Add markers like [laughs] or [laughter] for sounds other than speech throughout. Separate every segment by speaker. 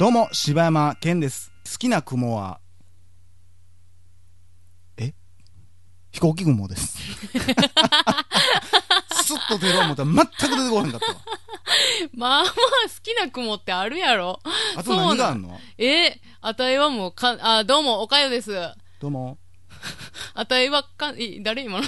Speaker 1: どうも、柴山健です。好きな雲は、え飛行機雲
Speaker 2: [laughs]
Speaker 1: です。スッと出ろ思ったら全く出てこへんかったわ。
Speaker 2: まあまあ、好きな雲ってあるやろ。
Speaker 1: あと何があんの
Speaker 2: え、あたいはもうか、あ、どうも、おかよです。
Speaker 1: どうも。
Speaker 2: あたいはか、え、誰今の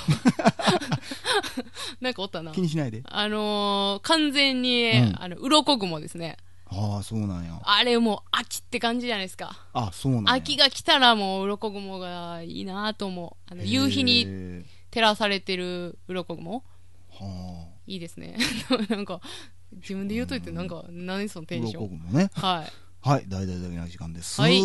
Speaker 2: なんかおったな
Speaker 1: 気。にしないで。
Speaker 2: あのー、完全に、
Speaker 1: うん
Speaker 2: あの、鱗雲ですね。
Speaker 1: ああ、そうなんや。
Speaker 2: あれもう秋って感じじゃないですか。
Speaker 1: あ、そうなんや。
Speaker 2: 秋が来たらもう鱗雲がいいなと思う。あの、夕日
Speaker 1: へ
Speaker 2: に
Speaker 1: ー。
Speaker 2: 照らされてる鱗雲
Speaker 1: はい
Speaker 2: いですね。 [laughs] なんか、自分で言うといてなんか、何その
Speaker 1: あ。
Speaker 2: テンシ
Speaker 1: 鱗
Speaker 2: ョン。
Speaker 1: 雲ね。
Speaker 2: はい。
Speaker 1: はい、大々的な時間です。
Speaker 2: はい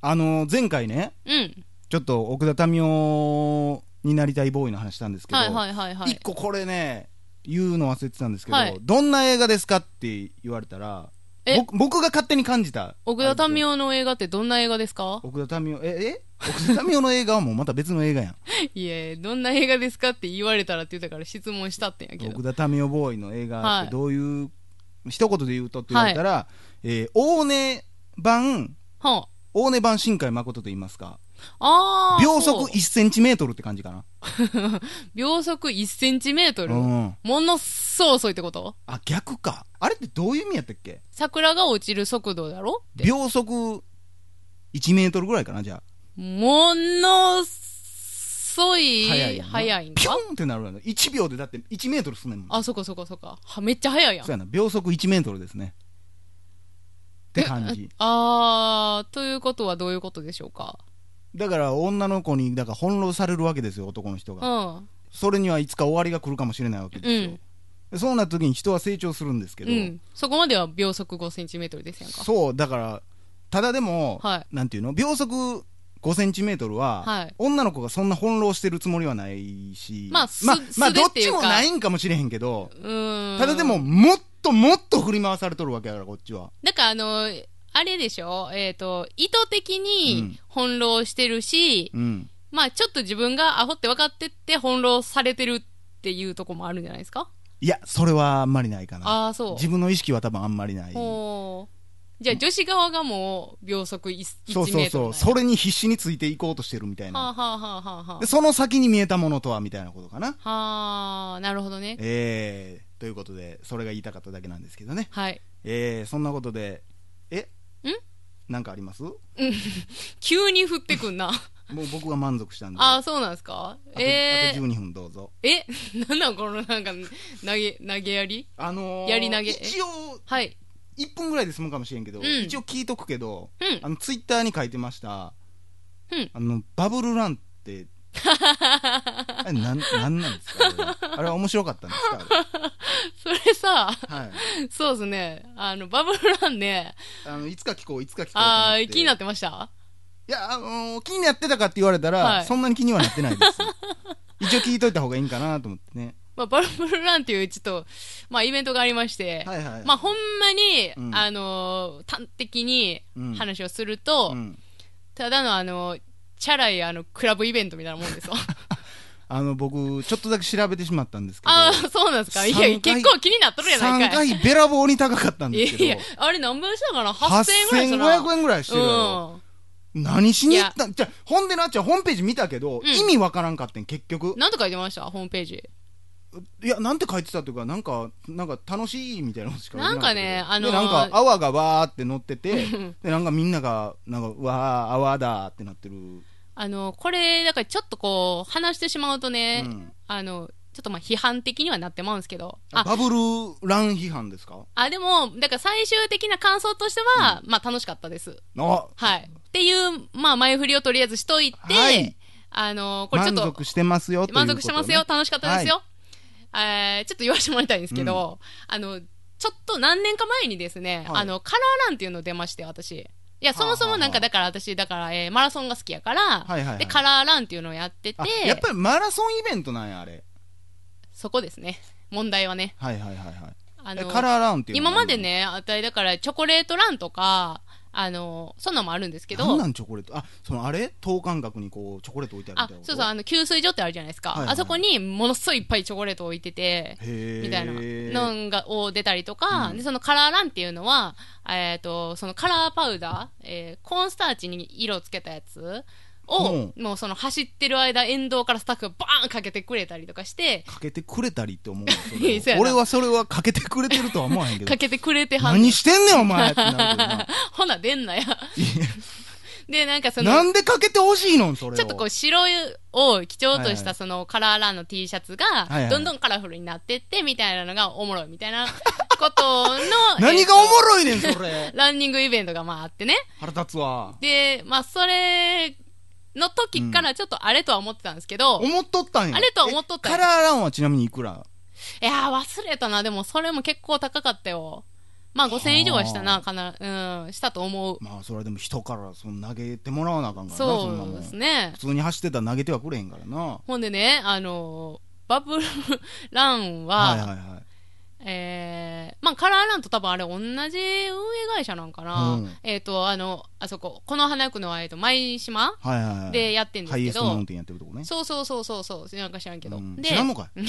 Speaker 1: あのー、前回ね、
Speaker 2: うん。
Speaker 1: ちょっと奥田民生になりたいボーイの話したんですけど、
Speaker 2: はいはいはいはい
Speaker 1: 一。個これね言うの忘れてたんですけど、
Speaker 2: はい
Speaker 1: どんな映画ですかって言われたら
Speaker 2: え
Speaker 1: 僕僕が勝手に感じた
Speaker 2: 奥田民生の映画ってどんな映画ですか
Speaker 1: 奥田民生ええ奥田民生の映画はもうまた別の映画
Speaker 2: [laughs]
Speaker 1: やん
Speaker 2: いえ、どんな映画ですかって言われたらって言ったから質問したってんやけど。
Speaker 1: 奥田民生ボーイの映画っ
Speaker 2: は
Speaker 1: て
Speaker 2: い
Speaker 1: どういう、一言で言うとって言われたら、えー大根版
Speaker 2: は
Speaker 1: 大根版新海誠と言いますか
Speaker 2: あ。あー
Speaker 1: 秒速
Speaker 2: そう
Speaker 1: 1センチメートルって感じかな
Speaker 2: 秒速1センチメートル。
Speaker 1: うん
Speaker 2: ものっそう遅いってこと
Speaker 1: あ逆かあれってどういう意味やったっけ
Speaker 2: 桜が落ちる速度だろ
Speaker 1: 秒速1メートルぐらいかなじゃあ
Speaker 2: ものっそい
Speaker 1: 早いよな
Speaker 2: 早いん
Speaker 1: ピョ
Speaker 2: か
Speaker 1: ンってなるやろ1秒でだって1メートル進むねんもん
Speaker 2: あ、そっかそっかそっか。はめっちゃ早いやん
Speaker 1: そう。やな秒速1メートルですねって感じ
Speaker 2: あー、ということはどういうことでしょうか
Speaker 1: だから女の子にだから翻弄されるわけですよ男の人
Speaker 2: う
Speaker 1: が
Speaker 2: ん。
Speaker 1: それにはいつか終わりが来るかもしれないわけですよ、
Speaker 2: うん
Speaker 1: でそうなった時に人は成長するんですけ
Speaker 2: う
Speaker 1: ど、
Speaker 2: ん。そこまでは秒速5センチメートルですやんか。
Speaker 1: そうだからただでも、
Speaker 2: は
Speaker 1: なんていうの秒速5センチメートルは、
Speaker 2: はい
Speaker 1: 女の子がそんな翻弄してるつもりはないし
Speaker 2: まあす
Speaker 1: まあまあ
Speaker 2: 素手
Speaker 1: どっ
Speaker 2: ってい
Speaker 1: ち
Speaker 2: う
Speaker 1: も
Speaker 2: か
Speaker 1: ないんかもしれへんけど
Speaker 2: うーん。
Speaker 1: ただでももっともっと振り回されとるわけやからこっちは
Speaker 2: なんかあの、あれでしょえっ、と、意図的
Speaker 1: うん
Speaker 2: に翻弄してるし、
Speaker 1: うん
Speaker 2: まあちょっと自分がアホって分かってって翻弄されてるっていうとこもあるんじゃないですか
Speaker 1: いや、それはあんまりないかな。
Speaker 2: ああー、そう。
Speaker 1: 自分の意識は多分あんまりない。そ
Speaker 2: ほうじゃあ女子側がもう秒速 1,
Speaker 1: う
Speaker 2: 1
Speaker 1: そう
Speaker 2: メートル
Speaker 1: そう。
Speaker 2: なんや
Speaker 1: それに必死についていこうとしてるみたい
Speaker 2: はあ、
Speaker 1: な。
Speaker 2: はあはあはあは
Speaker 1: で、その先に見えたものとは、みたいなことかな。
Speaker 2: あ、はあ、なるほどね。
Speaker 1: えー、ということで、それが言いたかっただけなんですけどね。
Speaker 2: はい。
Speaker 1: えー、そんなことで、え
Speaker 2: ん
Speaker 1: なんかありますも
Speaker 2: 急に降ってくんな。
Speaker 1: う僕が満足したんで。
Speaker 2: ああ、
Speaker 1: あ
Speaker 2: そうなんですか
Speaker 1: と、
Speaker 2: え
Speaker 1: あ
Speaker 2: ー
Speaker 1: と12分どうぞ。
Speaker 2: え、 [laughs] なんなんこのなんか、投げ、投げやり
Speaker 1: あのー、
Speaker 2: やり投げ
Speaker 1: 一応、
Speaker 2: はい。
Speaker 1: 1分ぐらいで済むかもしれんけど、
Speaker 2: うん
Speaker 1: 一応聞いとくけど、
Speaker 2: うん
Speaker 1: あの、ツイッターに書いてました、
Speaker 2: うん
Speaker 1: あの、バブルランって、あれなん、なんなんですかあれはあれは面白かったんですか
Speaker 2: それさ、
Speaker 1: あれはい。
Speaker 2: [laughs] そうですね。あの、バブルランね、
Speaker 1: あの、いつか聞こう、いつか聞こうと思
Speaker 2: あ
Speaker 1: って。。
Speaker 2: ー気になっててました
Speaker 1: いや、あのー気になってたかって言われたら、
Speaker 2: はい
Speaker 1: そんなに気にはなってないです。一応聞いといた方がいいんかなと思ってね。
Speaker 2: まあ、バブルランっていう、ちょっと、まあ、イベントがありまして、
Speaker 1: はいはい。
Speaker 2: まあ、ほんまに、
Speaker 1: うん
Speaker 2: あのー端的に
Speaker 1: うん
Speaker 2: 話をすると、
Speaker 1: うん
Speaker 2: ただの、あのーチャラい、あの、クラブイベントみたいなもんです
Speaker 1: [laughs]
Speaker 2: よ。
Speaker 1: あの、僕、ちょっとだけ調べてしまったんですけど、
Speaker 2: ああ、そうなんですか。いや、
Speaker 1: 三回
Speaker 2: 結構気になっとるやない
Speaker 1: 3
Speaker 2: かい。
Speaker 1: 回べらぼうに高かったん
Speaker 2: い
Speaker 1: で
Speaker 2: や
Speaker 1: すけど、
Speaker 2: いや、あれ何倍したかな ?8000 円ぐらいしたな。
Speaker 1: 8500円ぐらいしてるやろ。
Speaker 2: うん。
Speaker 1: 何しに行ったじゃあほんでなっちゃんホームページ見たけど、
Speaker 2: うん
Speaker 1: 意味わからんかってん、結局。
Speaker 2: なんて書いてましたホームページ。
Speaker 1: いや、なんて書いてたというか、なんか、なんか楽しいみたいなのしか
Speaker 2: なんかね
Speaker 1: 書いて
Speaker 2: あのー
Speaker 1: なかったけどでなんか泡がわーって乗って
Speaker 2: [laughs]
Speaker 1: て
Speaker 2: うん、
Speaker 1: で、なんかみんなが、なんか、わー、泡だーってなってる。
Speaker 2: あの、これ、だからちょっとこう、話してしまうとね、
Speaker 1: うん
Speaker 2: あの、ちょっとまあ批判的にはなってまうんですけど、あ、
Speaker 1: バブルラン批判ですか
Speaker 2: あでも、だから最終的な感想としては、まあ楽しかったです。
Speaker 1: あ
Speaker 2: はい。っていう、まあ前振りをとりあえずしといて、
Speaker 1: はい
Speaker 2: あの、これちょっ
Speaker 1: 満
Speaker 2: と、
Speaker 1: 足してますよということ
Speaker 2: 満
Speaker 1: ね
Speaker 2: 足してますよ、。楽しかったですよ。えーちょっと言わせてもらいたいんですけど、あの、ちょっと何年か前にですね、
Speaker 1: はい
Speaker 2: あの、カラーランっていうの出まして、私。いや、そもそもな
Speaker 1: はあはあ
Speaker 2: んか、だから私、だから、えーマラソンが好きやから、
Speaker 1: いはいはい
Speaker 2: で、カラーランっていうのをやってて
Speaker 1: あ、やっぱりマラソンイベントなんや、あれ。
Speaker 2: そこですね。問題はね。
Speaker 1: はいはいはいはい。
Speaker 2: あ
Speaker 1: え
Speaker 2: の、
Speaker 1: カラーランっていうの
Speaker 2: 今まで。ね、あたりだから、チョコレートランとか、あの、そんなのもあるんですけ
Speaker 1: なん
Speaker 2: ど
Speaker 1: な、んチョコレートあ、そのあれ等間隔にこう、チョコレート置いてあるみ
Speaker 2: あ
Speaker 1: たいな、こと
Speaker 2: そうそう、あの、給水所ってあるじゃないですか。
Speaker 1: はいはいはい
Speaker 2: あそこに、ものすごいいっぱいチョコレート置いてて、
Speaker 1: へー
Speaker 2: みたいな。のんが、を出たりとか、
Speaker 1: うん
Speaker 2: で、そのカラーランっていうのは、えっ、と、そのカラーパウダー、えーコーンスターチに色をつけたやつ
Speaker 1: う
Speaker 2: を、もうその走ってる間、沿道からスタッフがバーンかけてくれたりとかして、
Speaker 1: かけてくれたりって思う
Speaker 2: [laughs] いやそうやな
Speaker 1: 俺はそれはかけてくれてるとは思わへんけど
Speaker 2: かけてくれてはん
Speaker 1: 何してんねんお前ってなるけどな
Speaker 2: ほな、出んなや。 [laughs] で、なんかその、
Speaker 1: なんでかけてほしいのそれを
Speaker 2: ちょっとこう白を基調とし
Speaker 1: はいは
Speaker 2: た
Speaker 1: い
Speaker 2: そのカラーランの T シャツ
Speaker 1: はいは
Speaker 2: が
Speaker 1: い
Speaker 2: どんどんカラフルになってってみたいなのがおもろいみたいなことの
Speaker 1: [laughs] 何がおも
Speaker 2: い
Speaker 1: ろいねんそれ
Speaker 2: ランニングイベントがまああってね
Speaker 1: 腹立つわ
Speaker 2: でまあそれの時からちょっとあれとは思ってたんですけど、い
Speaker 1: 思っとったんや
Speaker 2: あれとは思っとったん
Speaker 1: え
Speaker 2: や
Speaker 1: カラーランはちなみにいくら
Speaker 2: やー忘れたなでもそれも結構高かったよまあ5000円以上はした
Speaker 1: は
Speaker 2: なかなうんしたと思う
Speaker 1: まあそれでも人からその投げてもらわなあかんからなそんな
Speaker 2: そ
Speaker 1: も
Speaker 2: うんですね
Speaker 1: 普通に走ってたら投げてはくれへんからなは
Speaker 2: ほんでねあのーバブルランは、
Speaker 1: いはいはい
Speaker 2: えーまあ、カラーランと多分あれ同じ運営会社なんかな、
Speaker 1: うん
Speaker 2: えっ、とあのあそここの花区のはえっと舞島
Speaker 1: はいはいはい
Speaker 2: でやってんです
Speaker 1: ハイエ
Speaker 2: け
Speaker 1: ース
Speaker 2: ど、
Speaker 1: の運転やってるとこね
Speaker 2: そうそうそうそうそうなんか知らんけど、
Speaker 1: うん
Speaker 2: で
Speaker 1: 知らんのかい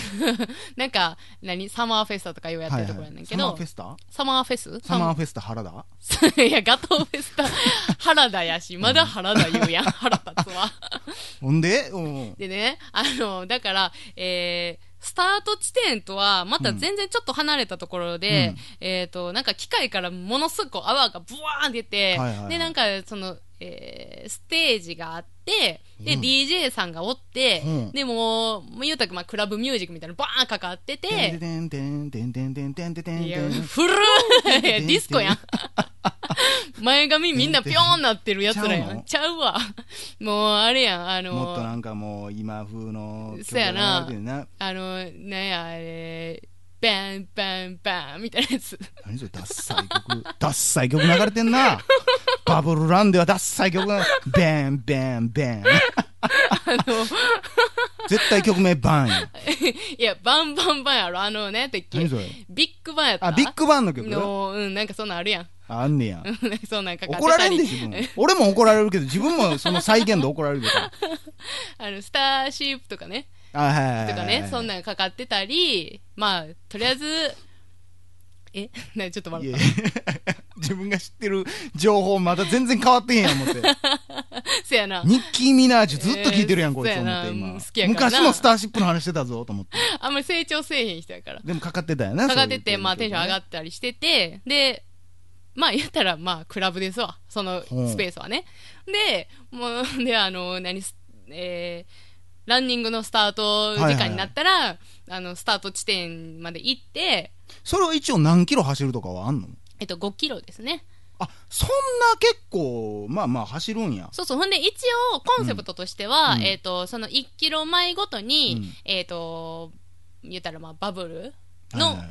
Speaker 2: なんか何サマーフェスタとかようやってるところやねんけど、
Speaker 1: はいはいサマーフェスタ
Speaker 2: サマーフェス
Speaker 1: サマーフェスタ原田
Speaker 2: サマー [laughs] いやガトーフェスタ原田やしまだ原田言うやん [laughs] 原立つわ
Speaker 1: ほんでうん
Speaker 2: でね、あの、だから、えースタート地点とは、また全然ちょっと離れたところで、えっ、と、なんか機械からものすごく泡がブワーン出て、
Speaker 1: はいはいはい
Speaker 2: で、なんか、その、えーステージがあって、で、
Speaker 1: うん
Speaker 2: DJ さんがおって、
Speaker 1: うん
Speaker 2: で、もう、もう言うたく、まあ、クラブミュージックみたいなのバーンかかってて、
Speaker 1: てんてんてんてんてんてんてんてんてん
Speaker 2: いや
Speaker 1: てんてん
Speaker 2: 古いいやディスコやん。前髪みんなピョーンなってるやつらやん。ちゃうわ。もう、あれやん、あの
Speaker 1: もっとなんかもう今風の
Speaker 2: そうやな
Speaker 1: 曲が流れてるな
Speaker 2: あの、なんや、あれ、バンバンバンみたいなやつ。 [laughs]
Speaker 1: 何それダッサい曲ダッサい曲流れてんなバブルランではダッサい曲がベンベンベン
Speaker 2: あの、
Speaker 1: 絶対曲名バンや
Speaker 2: いや、バンバンバンやろ、あの、なんやったっけ
Speaker 1: 何それ
Speaker 2: ビッグバンやった
Speaker 1: あビッグバンの曲
Speaker 2: の、うん、なんかそんなんあるやん。 [laughs]
Speaker 1: あんねや
Speaker 2: うんなんかそんなんかかって
Speaker 1: 怒ら
Speaker 2: た
Speaker 1: れん
Speaker 2: り
Speaker 1: で自分俺も怒られるけど自分もその再現で怒られるけど
Speaker 2: [laughs] あの、スターシープとかね、
Speaker 1: あはいはいはい
Speaker 2: とかね、そん
Speaker 1: な
Speaker 2: なんかかってたり、まあ、とりあえず、え、 [laughs] なちょっと
Speaker 1: い
Speaker 2: 待っ
Speaker 1: や
Speaker 2: た。
Speaker 1: [laughs] 自分が知ってる情報まだ全然変わってへんやん思
Speaker 2: [laughs]
Speaker 1: って
Speaker 2: せやな。
Speaker 1: ニッキー・ミナージュずっと聞いてるやん、
Speaker 2: えー
Speaker 1: こいつ
Speaker 2: そうや
Speaker 1: 思
Speaker 2: な
Speaker 1: って今
Speaker 2: うん好きやからな
Speaker 1: 昔のスターシップの話してたぞと思って
Speaker 2: あんまり成長せえへん人やから。
Speaker 1: でもかかってたよね
Speaker 2: かかってて、まあテンション上が
Speaker 1: っ
Speaker 2: ったりしてて、で、まあ言ったら、まあクラブですわ、その
Speaker 1: ほう
Speaker 2: スペースはね。で、もう、 [laughs] で、あの、何す、えーランニングのスタート時間になったら、あの、スタート地点まで行って、
Speaker 1: それは一応何キロ走るとかはあんの
Speaker 2: えっと、5キロですね。
Speaker 1: あそんな結構まあまあ走るんや
Speaker 2: そうそう。ほんで、一応、コンセプトとしては、
Speaker 1: うん
Speaker 2: えっ、と、その1キロ前ごとに、
Speaker 1: うん
Speaker 2: えっ、と、言ったら、まあ、バブルの
Speaker 1: はいはい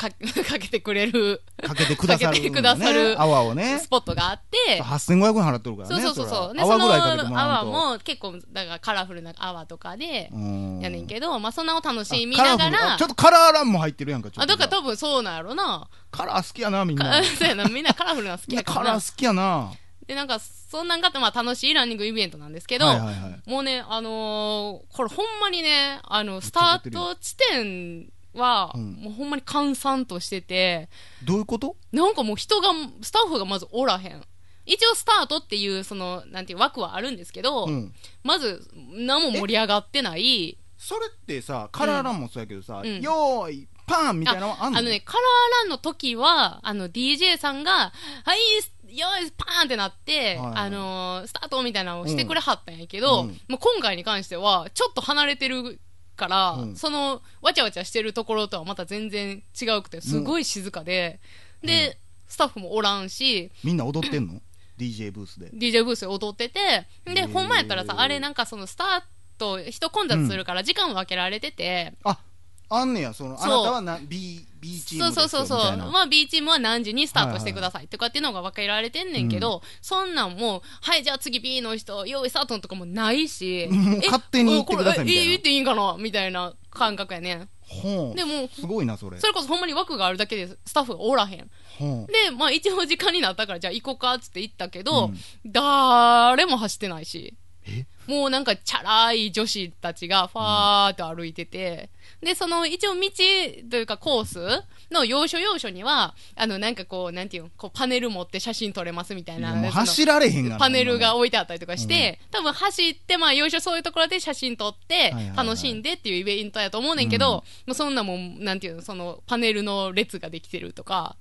Speaker 2: か, 、 [laughs] かけてくれる
Speaker 1: かけてくださる、
Speaker 2: かけてくださる
Speaker 1: 泡をね
Speaker 2: スポットがあって、
Speaker 1: 8500円払っとるから
Speaker 2: そ
Speaker 1: ね
Speaker 2: うそうそうそう。
Speaker 1: れは泡ぐ
Speaker 2: その
Speaker 1: らいかけてもらう
Speaker 2: 泡
Speaker 1: と
Speaker 2: も結構、だからカラフルな泡とかで、
Speaker 1: うん
Speaker 2: やねんけど、まあそんなを楽しみ
Speaker 1: あカラ
Speaker 2: な
Speaker 1: フ
Speaker 2: が
Speaker 1: ル
Speaker 2: ら、
Speaker 1: あちょっとカラーランも入ってるやんかちょっ
Speaker 2: あ、
Speaker 1: と
Speaker 2: だから多分そうなんやろな。
Speaker 1: カラー好きやなみんな
Speaker 2: かそうやな、みんなカラフルなの好き
Speaker 1: みん
Speaker 2: や
Speaker 1: な
Speaker 2: か
Speaker 1: カ
Speaker 2: ら
Speaker 1: ラ
Speaker 2: な。
Speaker 1: ー好きやな
Speaker 2: で、なんか、そんなんがあって、まあ楽しいランニングイベントなんですけど、
Speaker 1: はいはいはい
Speaker 2: もうね、あのーこれほんまにね、あの、スタート地点は、
Speaker 1: うん
Speaker 2: もうほんまに閑散としてて、
Speaker 1: どういうこと
Speaker 2: なんかもう人が、スタッフがまずおらへん。一応スタートっていう、その、なんていう枠はあるんですけど、
Speaker 1: うん
Speaker 2: まず、何も盛り上がってない、
Speaker 1: それってさカラーランもそうやけどさ、
Speaker 2: うん
Speaker 1: よーいパンみたいなのはあんの
Speaker 2: あのね、カラーランの時は、あの、DJ さんが、はい、よーい、パーンってなっ
Speaker 1: はい
Speaker 2: て、
Speaker 1: はい
Speaker 2: あのースタートみたいなのをしてくれはったんやけど、
Speaker 1: うん
Speaker 2: もう今回に関しては、ちょっと離れてるから、
Speaker 1: うん
Speaker 2: その、わちゃわちゃしてるところとはまた全然違うくて、すごい静かで、
Speaker 1: うん
Speaker 2: で、
Speaker 1: う
Speaker 2: スタッフもおらんし、
Speaker 1: みんな踊ってんの DJ ブースで
Speaker 2: DJ ブースで踊ってて、で、
Speaker 1: へー
Speaker 2: ほんまやったらさ、あれなんかその、スタート、人混雑するから時間分けられてて、
Speaker 1: ああんねやその
Speaker 2: そう
Speaker 1: あなたはな B, B チー
Speaker 2: そう
Speaker 1: ムです
Speaker 2: そ
Speaker 1: よ
Speaker 2: うそう
Speaker 1: み
Speaker 2: そ
Speaker 1: た
Speaker 2: う。
Speaker 1: いな
Speaker 2: まあ B チームは何時にスタートしてくださいとかっていうのが分けられてんねんけど、そんなんもう、はい、じゃあ次 B の人、用意スタートとかもないし、
Speaker 1: もう
Speaker 2: え
Speaker 1: 勝手に言ってくださいみたいな
Speaker 2: うんこれえ言っていいんかなみたいな感覚やねん。
Speaker 1: ほう
Speaker 2: でも
Speaker 1: すごいなそれ
Speaker 2: それこそほんまに枠があるだけでスタッフがおらへん。
Speaker 1: ほう
Speaker 2: で、まあ一応時間になったからじゃあ行こうかっつって行ったけど、
Speaker 1: うん
Speaker 2: 誰も走ってないし、
Speaker 1: え
Speaker 2: もうなんかチャラい女子たちがファーっと歩いてて、で、その一応道というかコースの要所要所には、あのなんかこう、なんていうの、こうパネル持って写真撮れますみたい
Speaker 1: い
Speaker 2: な。
Speaker 1: やもう
Speaker 2: その
Speaker 1: 走られへんがな
Speaker 2: パネルが置いてあったりとかして、多分走って、まあ、要所そういうところで写真撮って
Speaker 1: はいはい、はい
Speaker 2: 楽しんでっていうイベントやと思うねんけど、もうそんなもん、なんていうの、その、パネルの列ができてるとか、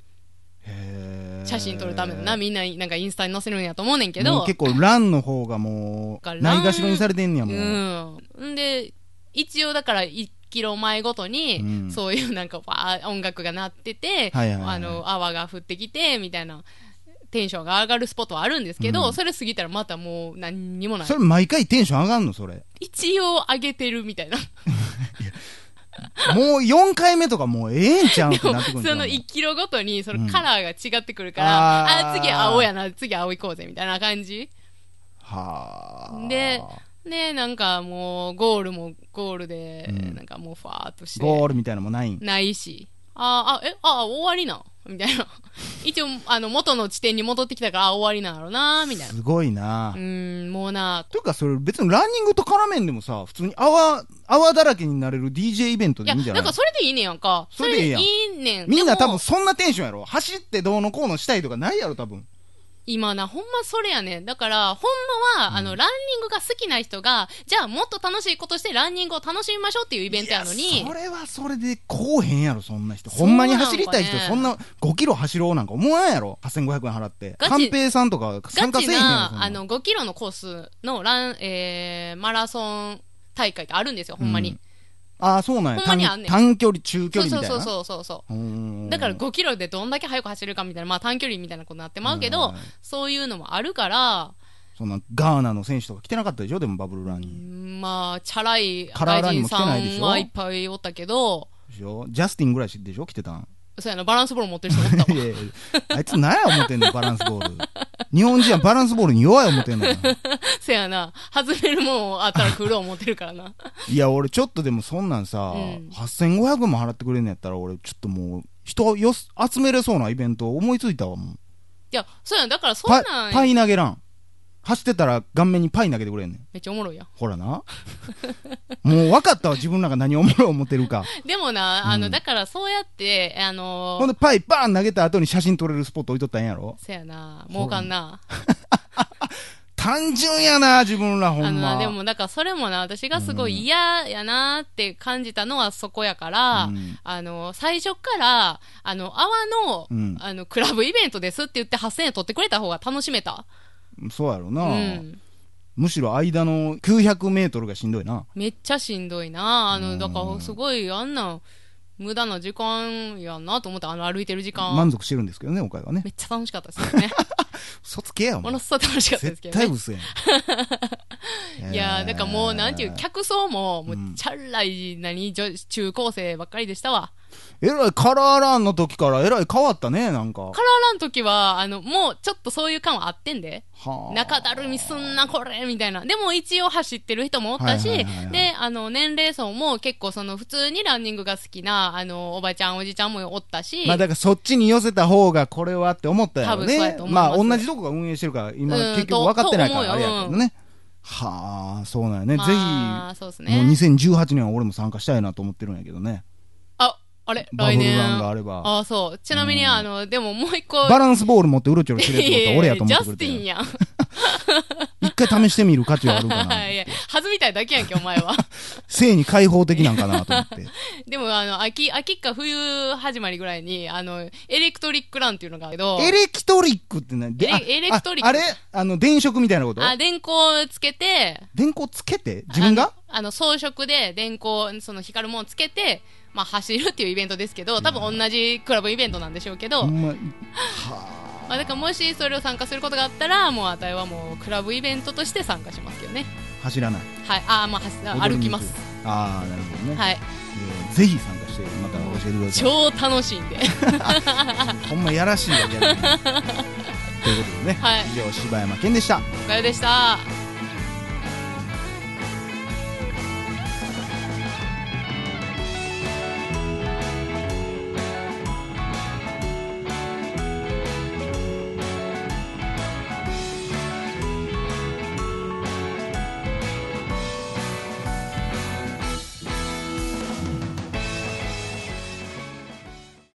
Speaker 1: へー
Speaker 2: 写真撮るためのな、みんな、なんかインスタに載せるんやと思うねんけ
Speaker 1: も
Speaker 2: ど
Speaker 1: う、結構ランの方がも
Speaker 2: がラ
Speaker 1: う
Speaker 2: ン
Speaker 1: ないがしろにされてんねやもう、
Speaker 2: うん。んで、一応だから1キロ前ごとに、
Speaker 1: うん
Speaker 2: そういうなんかわー音楽が鳴ってて、
Speaker 1: はいはいはい
Speaker 2: あの、泡が降ってきて、みたいな。テンションが上がるスポットはあるんですけど、
Speaker 1: うん
Speaker 2: それ過ぎたらまたもう何にもない
Speaker 1: そ。れ毎回テンション上がんのそれ
Speaker 2: 一応上げてるみたいな。
Speaker 1: もう4回目とかもうええんちゃうって
Speaker 2: で
Speaker 1: な
Speaker 2: も
Speaker 1: ってくるんちゃ
Speaker 2: そうの1キロごとにそのカラーが違ってくるから、
Speaker 1: うん
Speaker 2: あ
Speaker 1: あ
Speaker 2: ー
Speaker 1: ー
Speaker 2: 次青やな次青行こうぜみたいな感じ
Speaker 1: はあ
Speaker 2: ででなんかもうゴールもゴールで、
Speaker 1: うん
Speaker 2: なんかもうファーっとして
Speaker 1: ゴールみたいなのもないん
Speaker 2: ないしあーあえあー終わりなみたいな [laughs] 一応あの元の地点に戻ってきたからあー終わりなんやろなみたいな
Speaker 1: すごいな、
Speaker 2: うーんもうな
Speaker 1: というかそれ別にランニングと絡めんでもさ普通に泡泡だらけになれる DJ イベント
Speaker 2: い
Speaker 1: でい
Speaker 2: や
Speaker 1: いんじゃ
Speaker 2: な
Speaker 1: なんい
Speaker 2: かそれでいいねやんか
Speaker 1: それでいいやん
Speaker 2: それいいねん
Speaker 1: みんな
Speaker 2: で
Speaker 1: 多
Speaker 2: も
Speaker 1: 分そんなテンションやろ走ってどうのこうのしたいとかないやろ多分
Speaker 2: 今な、ほんまそれやねん。だから、ほんまは、あの、ランニングが好きな人が、じゃあもっと楽しいことしてランニングを楽しみましょうっていうイ
Speaker 1: イ
Speaker 2: ベントやのに
Speaker 1: そ、れはそれでこうへんやろそんな人
Speaker 2: そ
Speaker 1: ほ
Speaker 2: うなんん
Speaker 1: ま
Speaker 2: かね
Speaker 1: に走りたい人そんな5キロ走ろうなんか思わんやろ8500円払って
Speaker 2: ガチ
Speaker 1: 寛平さんとか
Speaker 2: ガ
Speaker 1: 参加
Speaker 2: チ
Speaker 1: せえへんやろそん
Speaker 2: な、
Speaker 1: な
Speaker 2: あの、5キロのコースのラン、えー、マラソン大会ってあるんですよ、ほんまに。
Speaker 1: うんああそうなんや
Speaker 2: ほんまにあん
Speaker 1: 短
Speaker 2: ねん
Speaker 1: 短距離中距
Speaker 2: そう
Speaker 1: 離み
Speaker 2: そ
Speaker 1: た
Speaker 2: う
Speaker 1: いな
Speaker 2: そうそうそうそう。
Speaker 1: うーん
Speaker 2: だから5キロでどんだけ速く走るかみたいな、まあ短距離みたいなことになってまうけ
Speaker 1: う
Speaker 2: ど
Speaker 1: ん、
Speaker 2: そういうのもあるから、
Speaker 1: そんなガーナの選手とか来てなかったでしょでもバブルラン
Speaker 2: う
Speaker 1: に
Speaker 2: んまあ、チャラい
Speaker 1: カラ
Speaker 2: 外
Speaker 1: ーライン
Speaker 2: 人
Speaker 1: も来
Speaker 2: さ
Speaker 1: てないでしょ
Speaker 2: んはいっぱいおったけど、
Speaker 1: でしょジャスティンぐらいでしょ来てた
Speaker 2: [laughs]
Speaker 1: ん
Speaker 2: そうやな、バランスボール持ってる人おったわ
Speaker 1: [laughs] い。やいやあいつ何や思ってんのバランスボール日本人はバランスボールに弱い思ってんのよ
Speaker 2: [laughs] せやな。外れるもんあったら来る思ってるか
Speaker 1: [laughs]
Speaker 2: らな。
Speaker 1: いや俺ちょっとでもそんなんさ、
Speaker 2: うん
Speaker 1: 8500円も払ってくれんのやったら俺ちょっともう人をよす集めれそうなイベント思いついたわもう
Speaker 2: いや、そうやん。だからそう
Speaker 1: パ
Speaker 2: なん
Speaker 1: パ
Speaker 2: や
Speaker 1: イ投げラン走ってたら顔面にパイ投げてくれんねん
Speaker 2: めっちゃおもろいやん。
Speaker 1: ほ
Speaker 2: [laughs]
Speaker 1: らなもう分かったわ自分なんか何おもろい思ってる
Speaker 2: [laughs]
Speaker 1: か
Speaker 2: でもな、あの、
Speaker 1: うん
Speaker 2: だからそうやって、あの
Speaker 1: ほんでパイバーン投げた後に写真撮れるスポット置いとったんやろ
Speaker 2: せやな、儲かんな。
Speaker 1: 単純やな自分らほ
Speaker 2: あ
Speaker 1: ん
Speaker 2: のな、
Speaker 1: ま
Speaker 2: でもだからそれもな、私がすごい嫌やなって感じたのはそこやか
Speaker 1: う
Speaker 2: ら、
Speaker 1: ん
Speaker 2: あの、最初から、あの、泡の、
Speaker 1: うん
Speaker 2: あの、クラブイベントですって言って8000円取ってくれた方が楽しめた。
Speaker 1: そうやろ
Speaker 2: う
Speaker 1: な、
Speaker 2: ん。
Speaker 1: むしろ間の900メートルがしんどいな
Speaker 2: めっちゃしんどいな。あ
Speaker 1: う
Speaker 2: の、
Speaker 1: ん
Speaker 2: だからすごい、あんなん、無駄な時間やなと思って、あの、歩いてる時間。
Speaker 1: 満足してるんですけどねおかはね
Speaker 2: めっちゃ楽しかったです
Speaker 1: [laughs]
Speaker 2: よね。
Speaker 1: 嘘つけやお
Speaker 2: も
Speaker 1: 前
Speaker 2: のすごい楽しかったですけ
Speaker 1: 絶
Speaker 2: ど
Speaker 1: 対
Speaker 2: ね。
Speaker 1: 嘘やん
Speaker 2: [laughs] いやー、だからもう、なんていう、客層も、もう
Speaker 1: うん、
Speaker 2: チャラい、何、女子中高生ばっかりでしたわ。
Speaker 1: えらいカラーランの時からえらい変わったねなんか
Speaker 2: カラーラン時は、あの、もう、ちょっとそういう感はあってんで。
Speaker 1: はあ
Speaker 2: 中だるみすんな、これみたいな。でも、一応走ってる人もおったし、
Speaker 1: はいはいはいはい
Speaker 2: で、あの、年齢層も結構、その、普通にランニングが好きな、あの、おばちゃん、おじちゃんもおったし、
Speaker 1: まあだからそっちに寄せた方がこれはって思ったやろ
Speaker 2: 多分そうや
Speaker 1: ね
Speaker 2: と思いま
Speaker 1: ますあ同じとこが運営してるから今
Speaker 2: うん
Speaker 1: 結局分かってないか
Speaker 2: と
Speaker 1: らあれや
Speaker 2: と
Speaker 1: け
Speaker 2: 思
Speaker 1: ど
Speaker 2: う
Speaker 1: ねはあそうなんやね、
Speaker 2: まあ、そうです
Speaker 1: ぜひもう
Speaker 2: ね。
Speaker 1: 2018年は俺も参加したいなと思ってるんやけどね
Speaker 2: あ、あれ、
Speaker 1: バ
Speaker 2: 来
Speaker 1: ブル
Speaker 2: 年。
Speaker 1: ランがあれば
Speaker 2: あ、そう。ちなみに、あの、でも、もう一個、
Speaker 1: バランスボール持ってうろちょろしてるやつだったら俺やと思って
Speaker 2: ジャス
Speaker 1: くれ
Speaker 2: [laughs] テ
Speaker 1: て
Speaker 2: ィンやん。
Speaker 1: 一回試してみる価値はある
Speaker 2: [laughs]
Speaker 1: かない
Speaker 2: や、弾みたいだけやんけ、お前は。
Speaker 1: 性に開放的なんかなと思って
Speaker 2: でも、あの、秋、秋か冬始まりぐらいに、あの、エレクトリックランっていうのが [laughs] あるけど、
Speaker 1: エレキトリックって何であ
Speaker 2: エレエレクトリック
Speaker 1: ああれあの電飾みたいなこと
Speaker 2: あ、電光つけて、
Speaker 1: 電光つけて自分が
Speaker 2: あのあの、装飾で電光、その光るものつけて、まあ、走るっていうイベントですけど、多分同じクラブイベントなんでしょうけど、
Speaker 1: ほんま
Speaker 2: まあ、だからもしそれを参加することがあったら、もう、あたいはもう、クラブイベントとして参加しますけどね。
Speaker 1: 走らない
Speaker 2: はい。あ、まあ走、
Speaker 1: 踊
Speaker 2: 歩
Speaker 1: に
Speaker 2: き
Speaker 1: 行
Speaker 2: ま
Speaker 1: く
Speaker 2: す。
Speaker 1: ああなるほどね、
Speaker 2: はい。
Speaker 1: えーぜひ参加してまた教えてください
Speaker 2: 超楽しいんで。 [laughs]
Speaker 1: ほんまやらしいだけやるねということでね、
Speaker 2: はい
Speaker 1: 以上柴山健でした
Speaker 2: おかよでした。